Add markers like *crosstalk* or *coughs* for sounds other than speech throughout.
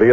The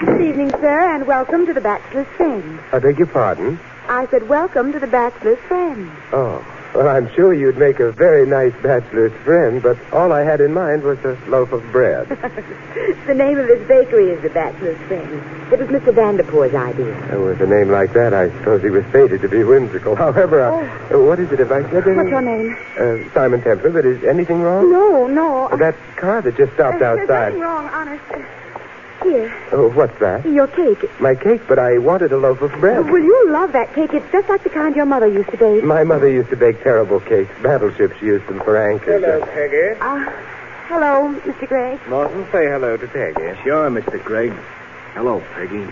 Good evening, sir, and welcome to the Bachelor's Friend. I beg your pardon? I said welcome to the Bachelor's Friend. Oh. Well, I'm sure you'd make a very nice bachelor's friend, but all I had in mind was a loaf of bread. *laughs* the name of his bakery is the Bachelor's Friend. It was Mr. Vanderpoor's idea. And with a name like that, I suppose he was fated to be whimsical. However, I, uh, what is it? Have I said anything? Oh. What's your name? Uh, Simon Templer, but is anything wrong? No, no. That car that just stopped There's nothing outside. wrong, honest. Here, Oh, what's that? your cake. My cake, but I wanted a loaf of bread. Will you love that cake? It's just like the kind your mother used to bake. My mother used to bake terrible cakes. Battleships, she used them for anchors. Peggy. Ah, hello, Mr. Gregg. Martin, say hello to Peggy. Sure, Mr. Gregg. Hello, Peggy.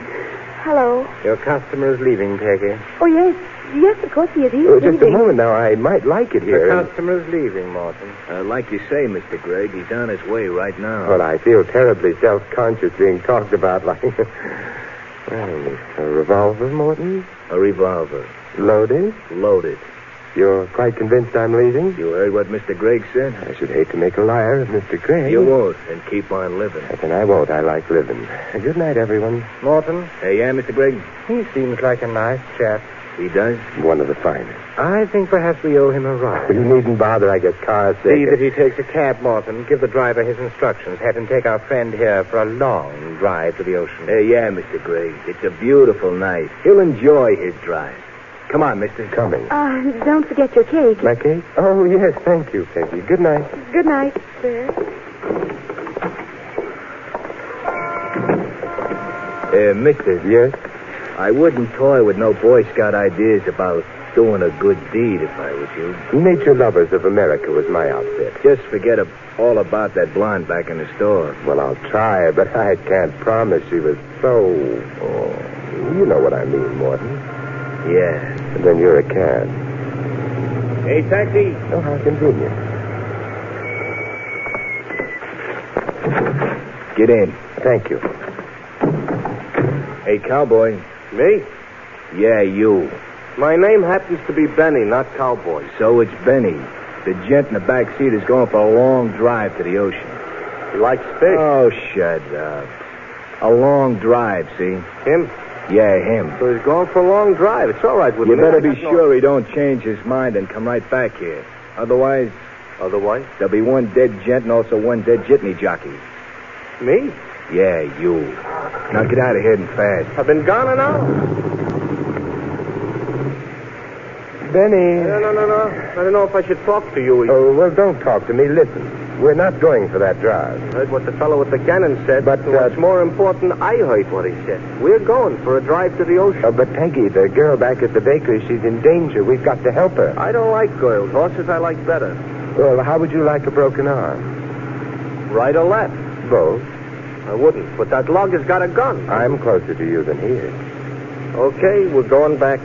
Hello. Your customer's leaving, Peggy. Oh, yes. Yes, of course he is. He's Oh, just a leaving. moment now. I might like it here. The customer's leaving, Martin. Uh, like you say, Mr. Gregg, he's on his way right now. Well, I feel terribly self-conscious being talked about like... *laughs* well, a revolver, Morton? A revolver. Loaded? Loaded. You're quite convinced I'm leaving? You heard what Mr. Gregg said? I should hate to make a liar of Mr. Gray. You won't, and keep on living. Then I won't. I like living. Good night, everyone. Morton? Hey, yeah, Mr. Gregg? He seems like a nice chap. He does? One of the finest. I think perhaps we owe him a ride. You needn't bother. I get car sick. See that he takes a cab, Morton. Give the driver his instructions. Have him take our friend here for a long drive to the ocean. Hey, yeah, Mr. Gregg. It's a beautiful night. He'll enjoy his drive. Come on, mister. coming. Ah, don't forget your cake. My cake? Oh, yes. Thank you, Peggy. Good night. Good night, sir. Uh, mister, Yes? I wouldn't toy with no Boy Scout ideas about doing a good deed if I was you. Nature Lovers of America was my outfit. Just forget ab- all about that blonde back in the store. Well, I'll try, but I can't promise she was so. Oh, you know what I mean, Morton. Yeah. And then you're a cad. Hey, taxi. Oh, how convenient. Get in. Thank you. Hey, cowboy. Me? Yeah, you. My name happens to be Benny, not Cowboy. So it's Benny. The gent in the back seat is going for a long drive to the ocean. He likes fish. Oh, shut up. A long drive, see? him? Yeah, him. So he's going for a long drive. It's all right with You me. better I be got no- sure he don't change his mind and come right back here. Otherwise, Otherwise? there'll be one dead gent and also one dead jitney jockey. Me? Yeah, you. Now get out of here and fast. I've been gone an hour. Benny. No, no, no, no. I don't know if I should talk to you. I Oh, well, don't talk to me. Listen. We're not going for that drive. heard what the fellow with the cannon said. But, and uh, what's more important, I heard what he said. We're going for a drive to the ocean. Oh, but Peggy, the girl back at the bakery, she's in danger. We've got to help her. I don't like girls. Horses I like better. Well, how would you like a broken arm? Right or left? Both. I wouldn't. But that log has got a gun. I'm closer to you than he is. Okay, we're going back.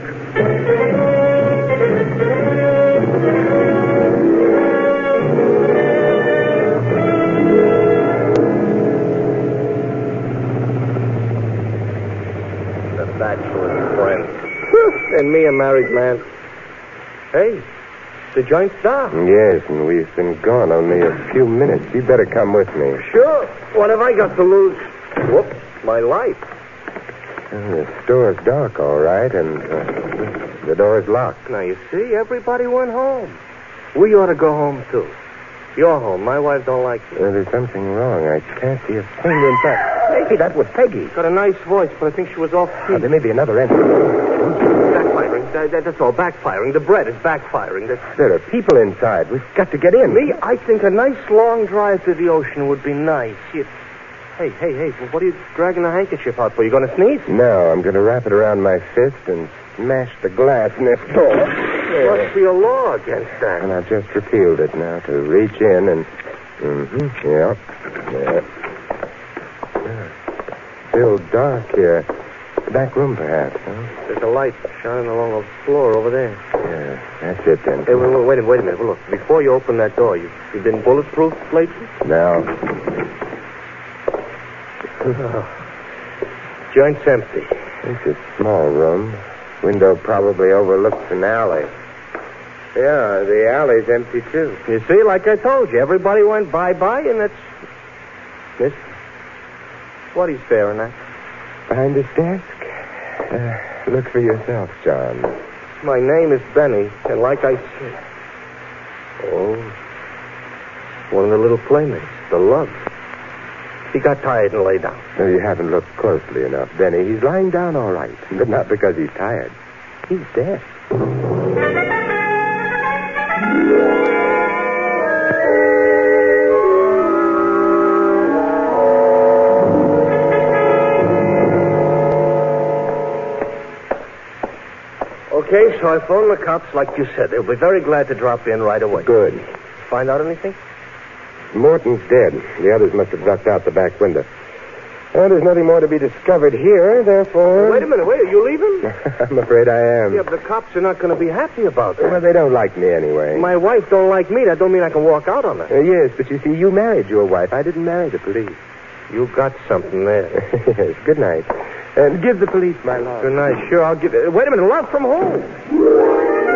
The bachelor's friend. Whew, and me a married man. Hey, the joint's down. Yes, and we've been gone only a few minutes. You better come with me. Sure. What have I got to lose? Whoops, my life. Well, the store's dark, all right, and uh, the door's locked. Now, you see, everybody went home. We ought to go home, too. You're home. My wife don't like me. Uh, there's something wrong. I can't see a thing in fact. Maybe that was Peggy. Got a nice voice, but I think she was off Oh, key. there may be another entrance. Backfiring. That, that- that's all. Backfiring. The bread is backfiring. That's... There are people inside. We've got to get in. Me, I think a nice long drive to the ocean would be nice. You- Hey, hey, hey, well, what are you dragging the handkerchief out for? You going to sneeze? No, I'm going to wrap it around my fist and smash the glass in this door. Must be a law against that. And I've just repealed it now to reach in and. Mm-hmm. Yeah. Yeah. Still dark here. Back room, perhaps, huh? There's a light shining along the floor over there. Yeah. That's it, then. Hey, wait, wait, wait, a- wait a minute. Well, look, before you open that door, you, you've been bulletproof lately? Now, *laughs* Joint's empty. it's a small room. Window probably overlooks an alley. Yeah, the alley's empty, too. You see, like I told you, everybody went bye-bye, and that's... Miss, what are you staring at? Behind this desk? Uh, look for yourself, John. My name is Benny, and like I said... Oh, one of the little playmates, the love. He got tired and lay down. No, you haven't looked closely enough, Benny. He's lying down all right, but not because he's tired. He's dead. Okay, so I phoned the cops like you said. They'll be very glad to drop in right away. Good. Find out anything? Morton's dead. The others must have ducked out the back window. Well, there's nothing more to be discovered here, therefore. Wait a minute. Wait, are you leaving? *laughs* I'm afraid I am. Yeah, but the cops are not going to be happy about that. Well, they don't like me anyway. My wife don't like me. That don't mean I can walk out on her. Uh, yes, but you see, you married your wife. I didn't marry the police. You got something there. *laughs* yes, good night. And give the police my love. Good night. Sure, I'll give. uh, Wait a minute. Love from who?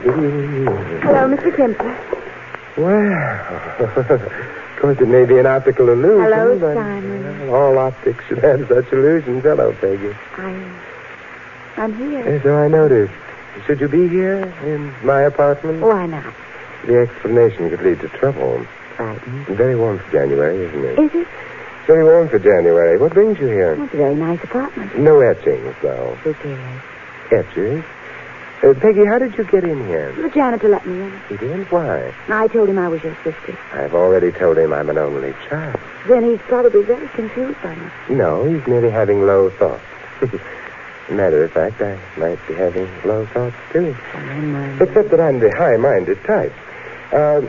Hello, Mr. Kemper. Well, *laughs* of course, it may be an optical illusion. Hello, but Simon. well, all optics should have such illusions. Hello, Peggy. I'm. I'm here. And so I noticed. Should you be here in my apartment? Why not? The explanation could lead to trouble. Frightened. Very warm for January, isn't it? Is it? It's very warm for January. What brings you Well, here? it's a very nice apartment. No etchings, though. Who cares? Etchers? Uh, Peggy, how did you get in here? The janitor let me in. He didn't? Why? I told him I was your sister. I've already told him I'm an only child. Then he's probably very confused by me. No, he's merely having low thoughts. *laughs* Matter of fact, I might be having low thoughts, too. Fine, mind. Except that I'm the high-minded type. Uh,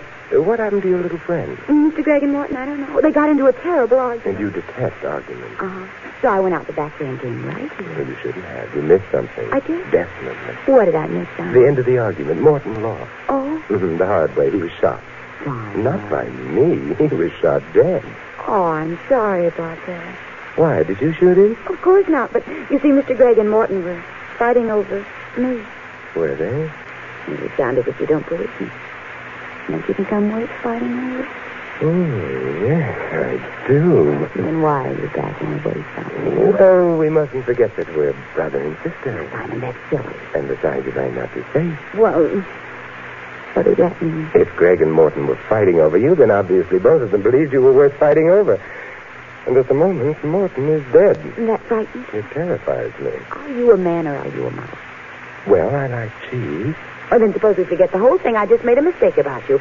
what happened to your little friend? Mr. Gregg Mm, and Morton, I don't know. They got into a terrible And argument. you detest arguments. Uh-huh. So I went out the back way and came right Well, here. you shouldn't have. You missed something. I did? Definitely. What did I miss, Simon? The end of the argument. Morton lost. Oh, Mhm, *laughs* the hard way. He was shot. Simon. Not by me. *laughs* He was shot dead. Oh, I'm sorry about that. Why? Did you shoot him? Of course not, but you see, Mr. Gregg and Morton were fighting over me. Were they? You sound as if you don't believe me. Don't you think I'm worth fighting over? Oh, yes, I do. Then why are you backing away from me? Well, we mustn't forget that we're brother and sister. Simon, that's silly. And besides, it might not be safe. Well, what does that mean? If Greg and Morton were fighting over you, then obviously both of them believed you were worth fighting over. And at the moment, Morton is dead. Isn't that frightening? It terrifies me. Are you a man or are you a mouse? Well, I like cheese. Well, then suppose we forget the whole thing. I just made a mistake about you.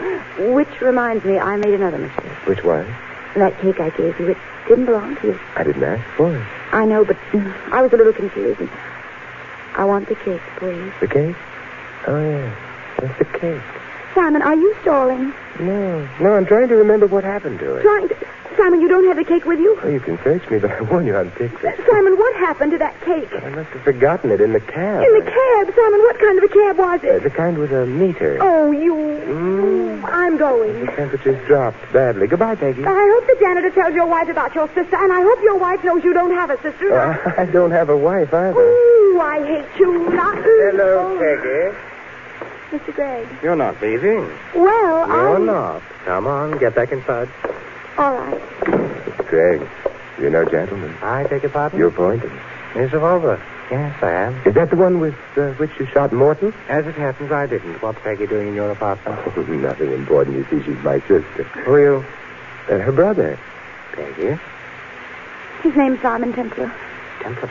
Which reminds me, I made another mistake. Which one? That cake I gave you, it didn't belong to you. I didn't ask for it. I know, but mm, I was a little confused. I want the cake, please. The cake? Oh, yes. That's the cake. Simon, are you stalling? No. No, I'm trying to remember what happened to it. Trying to... Simon, you don't have the cake with you? Well, you can search me, but I warn you, I'm picked. Simon, what happened to that cake? I must have forgotten it in the cab. In the cab, Simon. What kind of a cab was Uh, it? the kind with a meter. Oh, you. Mm. Oh, I'm The going. temperature's dropped badly. Goodbye, Peggy. I hope the janitor tells your wife about your sister, and I hope your wife knows you don't have a sister. Uh, I don't have a wife either. Ooh, I hate you. Not. Hello, Oh, Peggy. Mr. Gregg. You're not leaving. Well, I. You're not. Come on, get back inside. All right. Greg, you're no gentleman. I beg your pardon? You're *laughs* pointed. Miss Revolver. Yes, I am. Is that the one with uh, which you shot Morton? As it happens, I didn't. What's Peggy doing in your apartment? Nothing important. You see, she's my sister. Who are you? Uh, her Uh, brother. Peggy. His name's Simon Templar. Temper.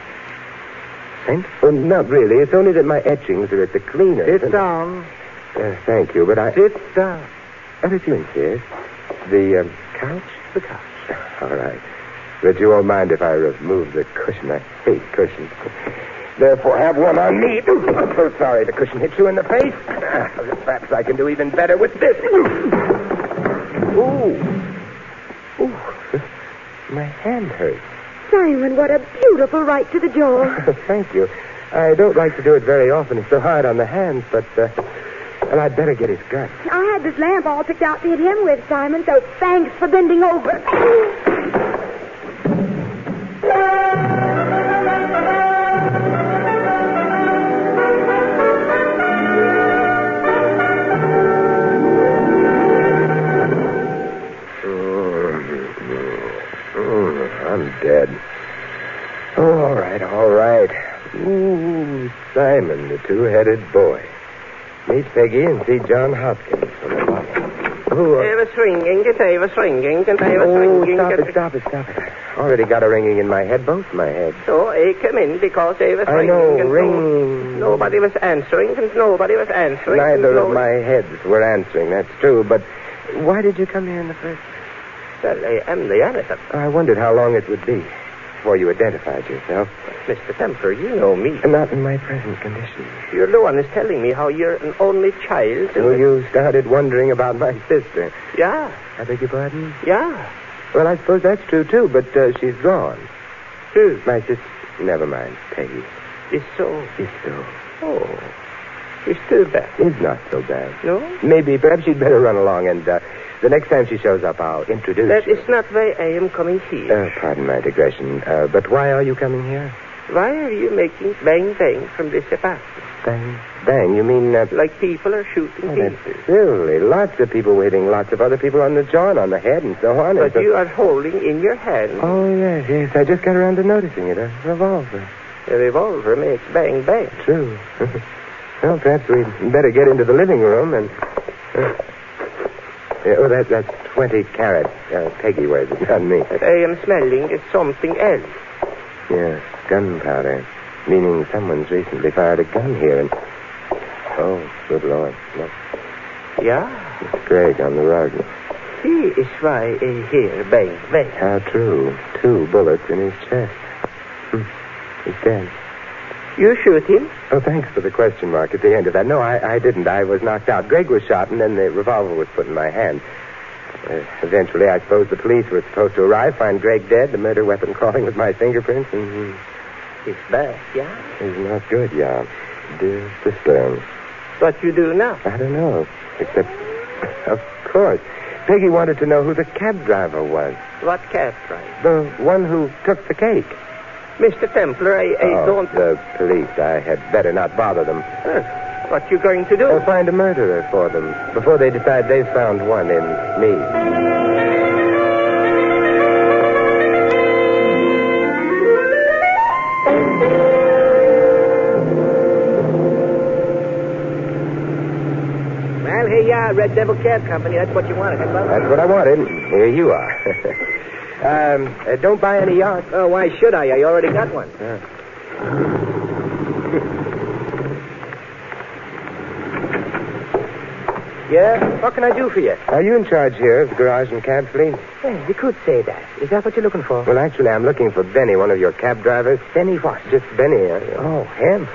Saint? Well, Oh, not really. It's only that my etchings are at the cleaner. Sit down. Uh, thank you, but I. Sit down. Everything, yes. The um, couch? The couch. *laughs* All right. But you won't mind if I remove the cushion. I hate cushions. Therefore, have one on me. *coughs* I'm so sorry the cushion hit you in the face. *laughs* Perhaps I can do even better with this. *coughs* Ooh. Ooh. *laughs* My hand hurts. Simon, what a beautiful right to the jaw. *laughs* Thank you. I don't like to do it very often. It's so hard on the hands, but, uh, well, I'd better get his gun. I had this lamp all picked out to hit him with, Simon, so thanks for bending over. Mm, I'm dead. Oh, all right, all right. Ooh, Simon, the two-headed boy. Meet Peggy and see John Hopkins from the bottom. Who? It was ringing, it was ringing, it was Oh, ringing. stop it it, stop it, stop it. I already got a ringing in my head, both my heads. So I came in because I was I ringing. know, and ringing. No, nobody was answering, and nobody was answering. and Neither of nobody- my heads were answering, that's true, but why did you come here in the first Well, I am the editor. I wondered how long it would be before you identified yourself. Mr. Temper, you know me. Not in my present condition. You're the one is telling me how you're an only child. and- Till you started wondering about my sister. Yeah, I beg your pardon? yeah. Well, I suppose that's true, too, but uh, she's gone. Who? My sister. Never mind, Peggy. It's so. It's so. Oh. It's too bad. It's not so bad. No? Maybe, perhaps you'd better run along, and uh, the next time she shows up, I'll introduce That you. is not why I am coming here. Uh, pardon my digression, uh, but why are you coming here? Why are you making bang bang from this apartment? Bang. Bang, you mean... Uh, Like people are shooting oh, people. that's silly. Lots of people waiting, lots of other people on the jaw and on the head and so on. and But so... you are holding in your hand Oh, yes, yes. I just got around to noticing it. A revolver. a revolver makes bang bang. True. *laughs* well, perhaps we'd better get into the living room and. uh, Yeah, oh, that, that's 20 carats. Uh, Peggy wears it, not me. I am smelling is something else. Yes, gunpowder. Meaning someone's recently fired a gun here and. Oh, good Lord. Look, Yeah, Miss Gregg on the rug. he is uh, why I hear bang bang. How true. Two bullets in his chest. Hmm. He's dead. You shoot him? Oh, thanks for the question mark at the end of that. No, I, I didn't. I was knocked out. Greg was shot, and then the revolver was put in my hand. Uh, eventually, I suppose the police were supposed to arrive, find Greg dead, the murder weapon *laughs* crawling with my fingerprints, and It's bad, yeah. he's not good, yeah. Dear sister, What you do now? I don't know. Except, of course, Peggy wanted to know who the cab driver was, What cab driver? the one who took the cake. Mr. Templar, I, I oh, don't... The police. I had better not bother them. Huh. What you going to do? They'll find a murderer for them before they decide they've found one in me. Well, here you are, Red Devil Cab Company. That's what you wanted. That's what- That's what I wanted. Here you are. *laughs* um, uh, don't buy any yachts. Oh, why should I? I already got one. Yeah? What can I do for you? Are you in charge here of the garage and cab fleet? Well, you could say that. Is that what you're looking for? Well, actually, I'm looking for Benny, one of your cab drivers. Benny what? Just Benny. Uh, Oh, *laughs* him.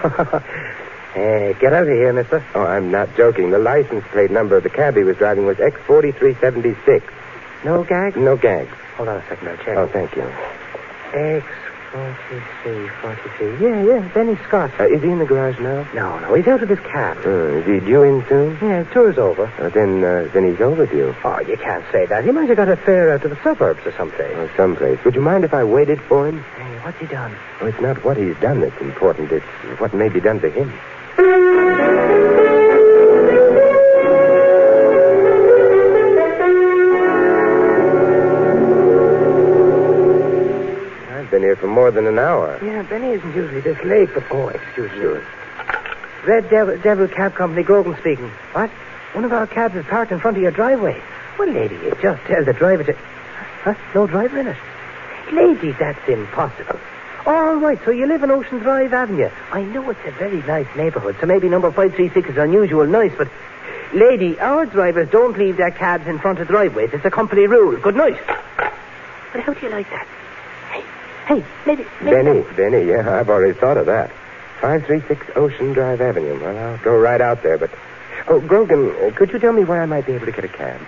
Hey, get over here, mister. Oh, I'm not joking. The license plate number of the cab he was driving was X4376. No gag? No gags. Hold on a second, I'll check. Oh, thank you. X forty three, forty three. Yeah, yeah, Benny Scott. Uh, is he in the garage now? No, no, he's out of his cab. Uh, is he due in soon? Yeah, his tour's over. Uh, then, uh, then he's overdue. Oh, you can't say that. He must have got a fare out to the suburbs or someplace. Oh, someplace. Would you mind if I waited for him? Hey, what's he done? Oh, it's not what he's done that's important. It's what may be done to him. I've been here for more than an hour. Yeah, Benny isn't usually this late, but oh, excuse me. Red Devil, Devil Cab Company, Grogan speaking. What? One of our cabs is parked in front of your driveway. Well, lady, you just tell the driver to. Huh? No driver in it. lady, that's impossible. All right, so you live in Ocean Drive, haven't you? I know it's a very nice neighborhood, so maybe number 536 is unusual nice, but... Lady, our drivers don't leave their cabs in front of driveways. It's a company rule. Good night. But how do you like that? Hey, hey, maybe... maybe Benny, Benny, yeah, I've already thought of that. 536 Ocean Drive Avenue. Well, I'll go right out there, but. Oh, Grogan, uh, could you tell me where I might be able to get a cab?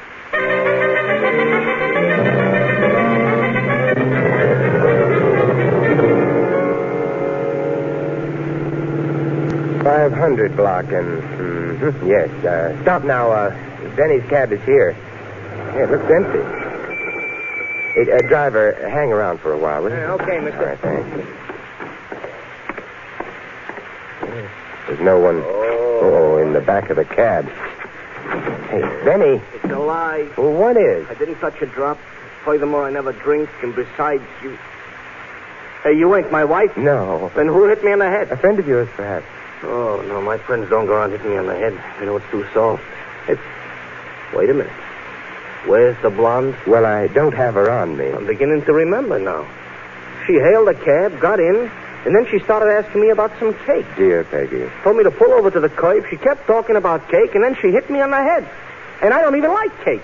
Five hundred block and mhm, yes. Uh, stop now. Uh, Benny's cab is here. Yeah, it looks empty. It, uh, driver, hang around for a while, will you? okay, Mr. All right, thanks. There's no one. Oh. in the back of the cab. Hey, Benny. It's a lie. Well, what is? I didn't touch a drop. Furthermore, I never drink, and besides, you. Hey, you ain't my wife. No. Then who hit me in the A head? friend of yours, perhaps. Oh, no, my friends don't go around hitting me on the head. You know, it's too soft. It's. Wait a minute. Where's the blonde? Well, I don't have her on me. I'm beginning to remember now. She hailed a cab, got in, and then she started asking me about some cake. Dear Peggy. Told me to pull over to the curb. She kept talking about cake, and then she hit me on the head. And I don't even like cake.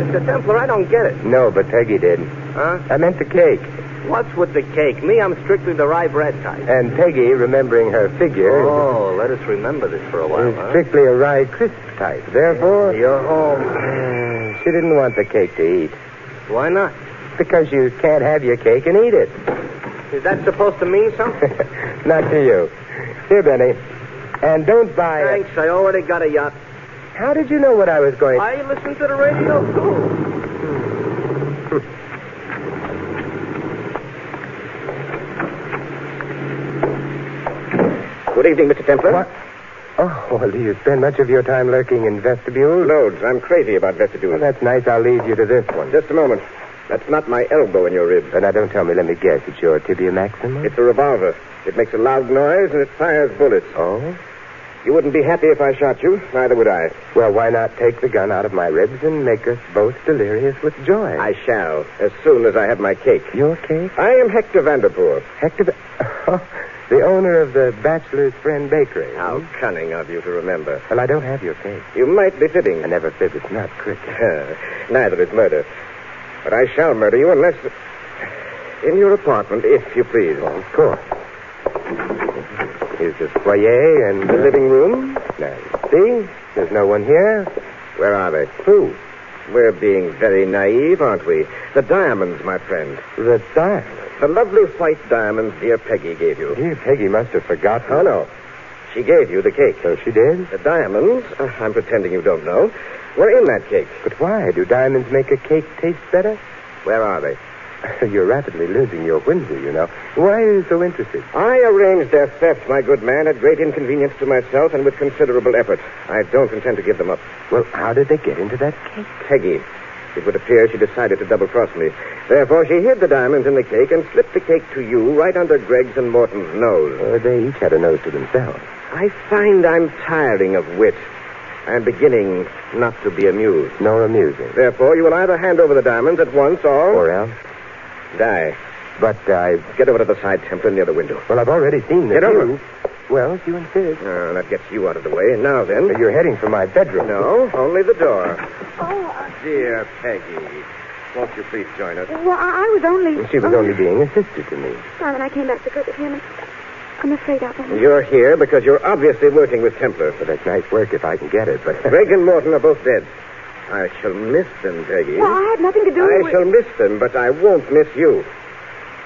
Mr. Templar, I don't get it. No, but Peggy did. Huh? I meant the cake. What's with the cake? Me, I'm strictly the rye bread type. And Peggy, remembering her figure, Oh, let us remember this for a while, is huh? strictly a rye crisp type. Therefore, You're home. Uh, she didn't want the cake to eat Why not? because you can't have your cake and eat it. *laughs* Is that supposed to mean something? Not to you. Here, Benny. And don't buy it. Thanks, I already got a yacht. How did you know what I was going to... I listen to the radio too. Good evening, Mr. Templar. What? Oh, well, do you spend much of your time lurking in vestibules? Loads. I'm crazy about Well, vestibules. that's nice. I'll leave you to this one. Just a moment. That's not my elbow in your rib. But now, don't tell me. Let me guess. It's your tibia maxima? It's a revolver. It makes a loud noise and it fires bullets. Oh? You wouldn't be happy if I shot you. Neither would I. Well, why not take the gun out of my ribs and make us both delirious with joy? I shall, as soon as I have my cake. Your cake? I am Hector Vanderpool. Hector... the- *laughs* the owner of the Bachelor's Friend Bakery. How cunning of you to remember. Well, I don't have your cake. You might be fibbing. I never fib. It's not cricket. *laughs* Neither is murder. But I shall murder you unless. In your apartment, if you please. Of course. Here's the foyer and the living room. Now, see? There's no one here. Where are they? Who? We're being very naive, aren't we? The diamonds, my friend. The diamond. The lovely white diamonds dear Peggy gave you. Dear Peggy must have forgotten. Oh, no. She gave you the cake. So she did? The diamonds, uh, I'm pretending you don't know, were in that cake. But why? Do diamonds make a cake taste better? *laughs* Where are they? *laughs* You're rapidly losing your whimsy, you know. Why are you so interested? I arranged their theft, my good man, at great inconvenience to myself and with considerable effort. I don't intend to give them up. Well, how did they get into that cake? Peggy. It would appear she decided to double cross me. Therefore, she hid the diamonds in the cake and slipped the cake to you right under Greg's and Morton's nose. Uh, they each had a nose to themselves. I find I'm tiring of wit. I'm beginning not to be amused. Nor amusing. Therefore, you will either hand over the diamonds at once or, Or else. die. But I. Get over to the side, Templar, near the window. Well, I've already seen the Get over. two. Well, if you insist. Ah, that gets you out of the way. Now then. But you're heading for my bedroom. No, only the door. Oh, dear Peggy. Won't you please join us? Well, I, I was only. She was only being a sister to me. Simon, I came back to cook with him, and I'm afraid I'll find You're here because you're obviously working with Templar. Well, that's nice work if I can get it, but Greg and Morton are both dead. I shall miss them, Peggy. Well, I had nothing to do I with shall miss them, but I won't miss you.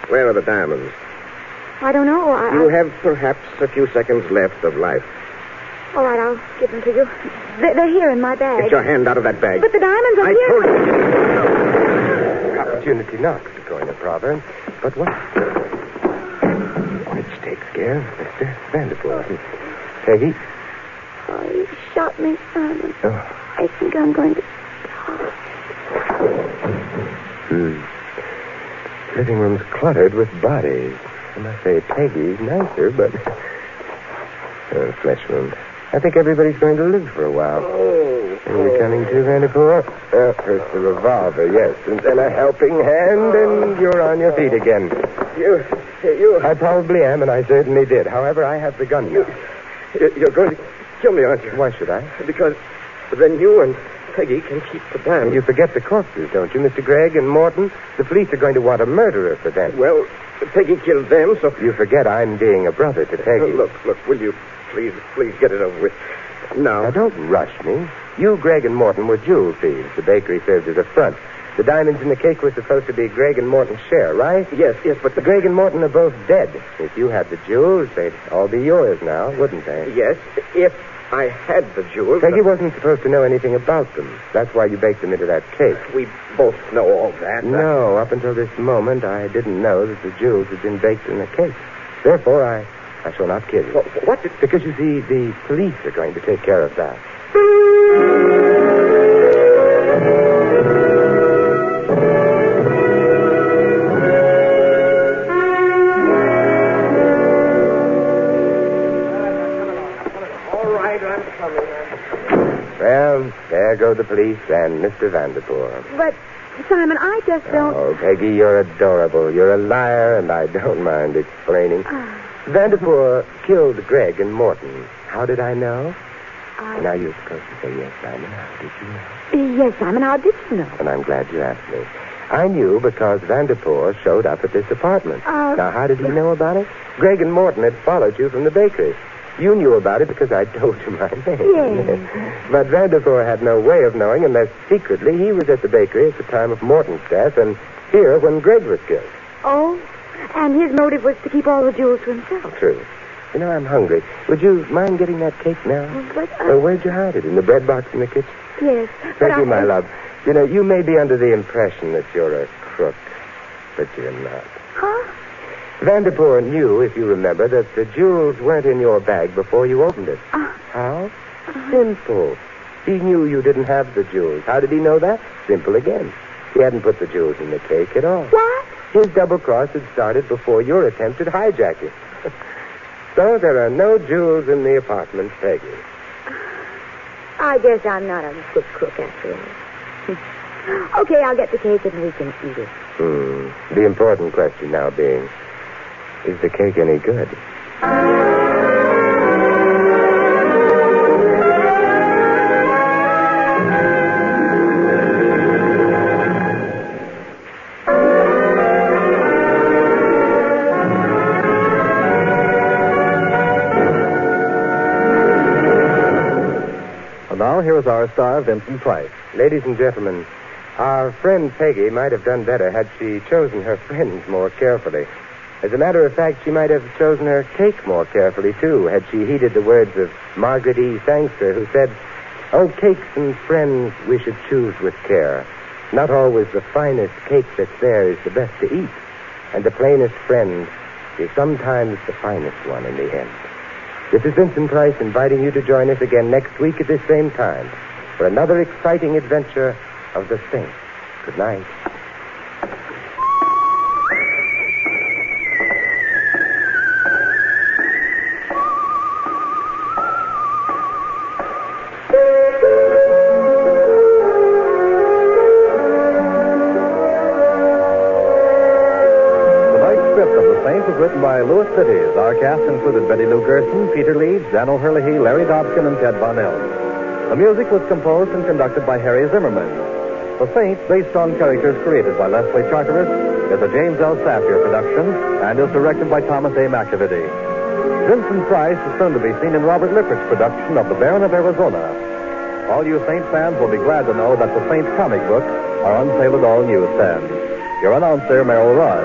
Where are the diamonds? I don't know. I, You have perhaps a few seconds left of life. I, all right, I'll give them to you. They're, they're here in my bag. Get your hand out of that bag. But the diamonds are I here. told you. opportunity knocks, according to proverb. But what? Which takes care of Mr. Vanderpool. Peggy? Oh, you shot me, Simon. Oh. I think I'm going to. Hmm. Living room's cluttered with bodies. I must say, Peggy's nicer, but Uh, flesh wound. I think everybody's going to live for a while. Oh. Are we coming to, Vanderpool? Uh, first the revolver, yes, and then a helping hand, and you're on your feet again. You, you, I probably am, and I certainly did. However, I have the gun now. you're going to kill me, aren't you? Why should I? Because then you and Peggy can keep the band. You forget the corpses, don't you, Mr. Gregg and Morton? The police are going to want a murderer for them. Well, Peggy killed them, so. You forget I'm being a brother to Peggy. Look, look, will you please, please get it over with? Now. Now, don't rush me. You, Gregg, and Morton were jewel thieves. The bakery served as a front. The diamonds in the cake were supposed to be Gregg and Morton's share, right? Yes, yes, but the. Gregg and Morton are both dead. If you had the jewels, they'd all be yours now, wouldn't they? Yes, if I had the jewels. Peggy wasn't supposed to know anything about them. That's why you baked them into that cake. We both know all that. No, up until this moment, I didn't know that the jewels had been baked in the cake. Therefore, I, I shall not kill you. Wh- what did- Because you see, the police are going to take care of that. All right, I'm coming. Well, there go the police and Mr. Vanderpool. But, Simon, I just don't. Oh, Peggy, you're adorable. You're a liar, and I don't *laughs* mind explaining. Ah. Vanderpool killed Greg and Morton. How did I know? I- Now you're supposed to say yes, Simon. How did you know? Yes, Simon, how did you know? And I'm glad you asked me. I knew because Vanderpool showed up at this apartment. Uh, now, how did he know about it? Greg and Morton had followed you from the bakery. You knew about it because I *laughs* told you my name. Yes. *laughs* but Vanderpool had no way of knowing unless secretly he was at the bakery at the time of Morton's death and here when Greg was killed. Oh, and his motive was to keep all the jewels to himself. True. You know, I'm hungry. Would you mind getting that cake now? But, Uh, uh, where'd you hide it? In the bread box in the kitchen? yes. but Thank I- you, my love. You know, you may be under the impression that you're a crook, but you're not. Huh? Vanderpoor knew, if you remember, that the jewels weren't in your bag before you opened it. Ah. How? Simple. He knew you didn't have the jewels. How did he know that? Simple again. He hadn't put the jewels in the cake at all. What? His double cross had started before your attempted hijacking. *laughs* so there are no jewels in the apartment, Peggy. I guess I'm not a good cook after *laughs* all. okay, I'll get the cake and we can eat it. Hmm. The important question now being, is the cake any good? And now here is our star, Vincent Price. Ladies and gentlemen, our friend Peggy might have done better had she chosen her friends more carefully. As a matter of fact, she might have chosen her cake more carefully, too, had she heeded the words of Margaret E. Sangster, who said, Oh, cakes and friends we should choose with care. Not always the finest cake that's there is the best to eat, and the plainest friend is sometimes the finest one in the end. This is Vincent Price inviting you to join us again next week at this same time for another exciting adventure of the Saint. Good night. The night script of The Saints was written by Louis Cities. Our cast included Betty Lou Gerson, Peter Leeds, Dan O'Herlihy, Larry Dobkin, and Ted Bonnell. The music was composed and conducted by Harry Zimmerman. The Saints, based on characters created by Leslie Charteris, is a James L. Safier production and is directed by Thomas A. McAvity. Vincent Price is soon to be seen in Robert Lippert's production of The Baron of Arizona. All you Saint fans will be glad to know that the Saint comic books are on sale at all newsstands. Your announcer, Merrill Ross.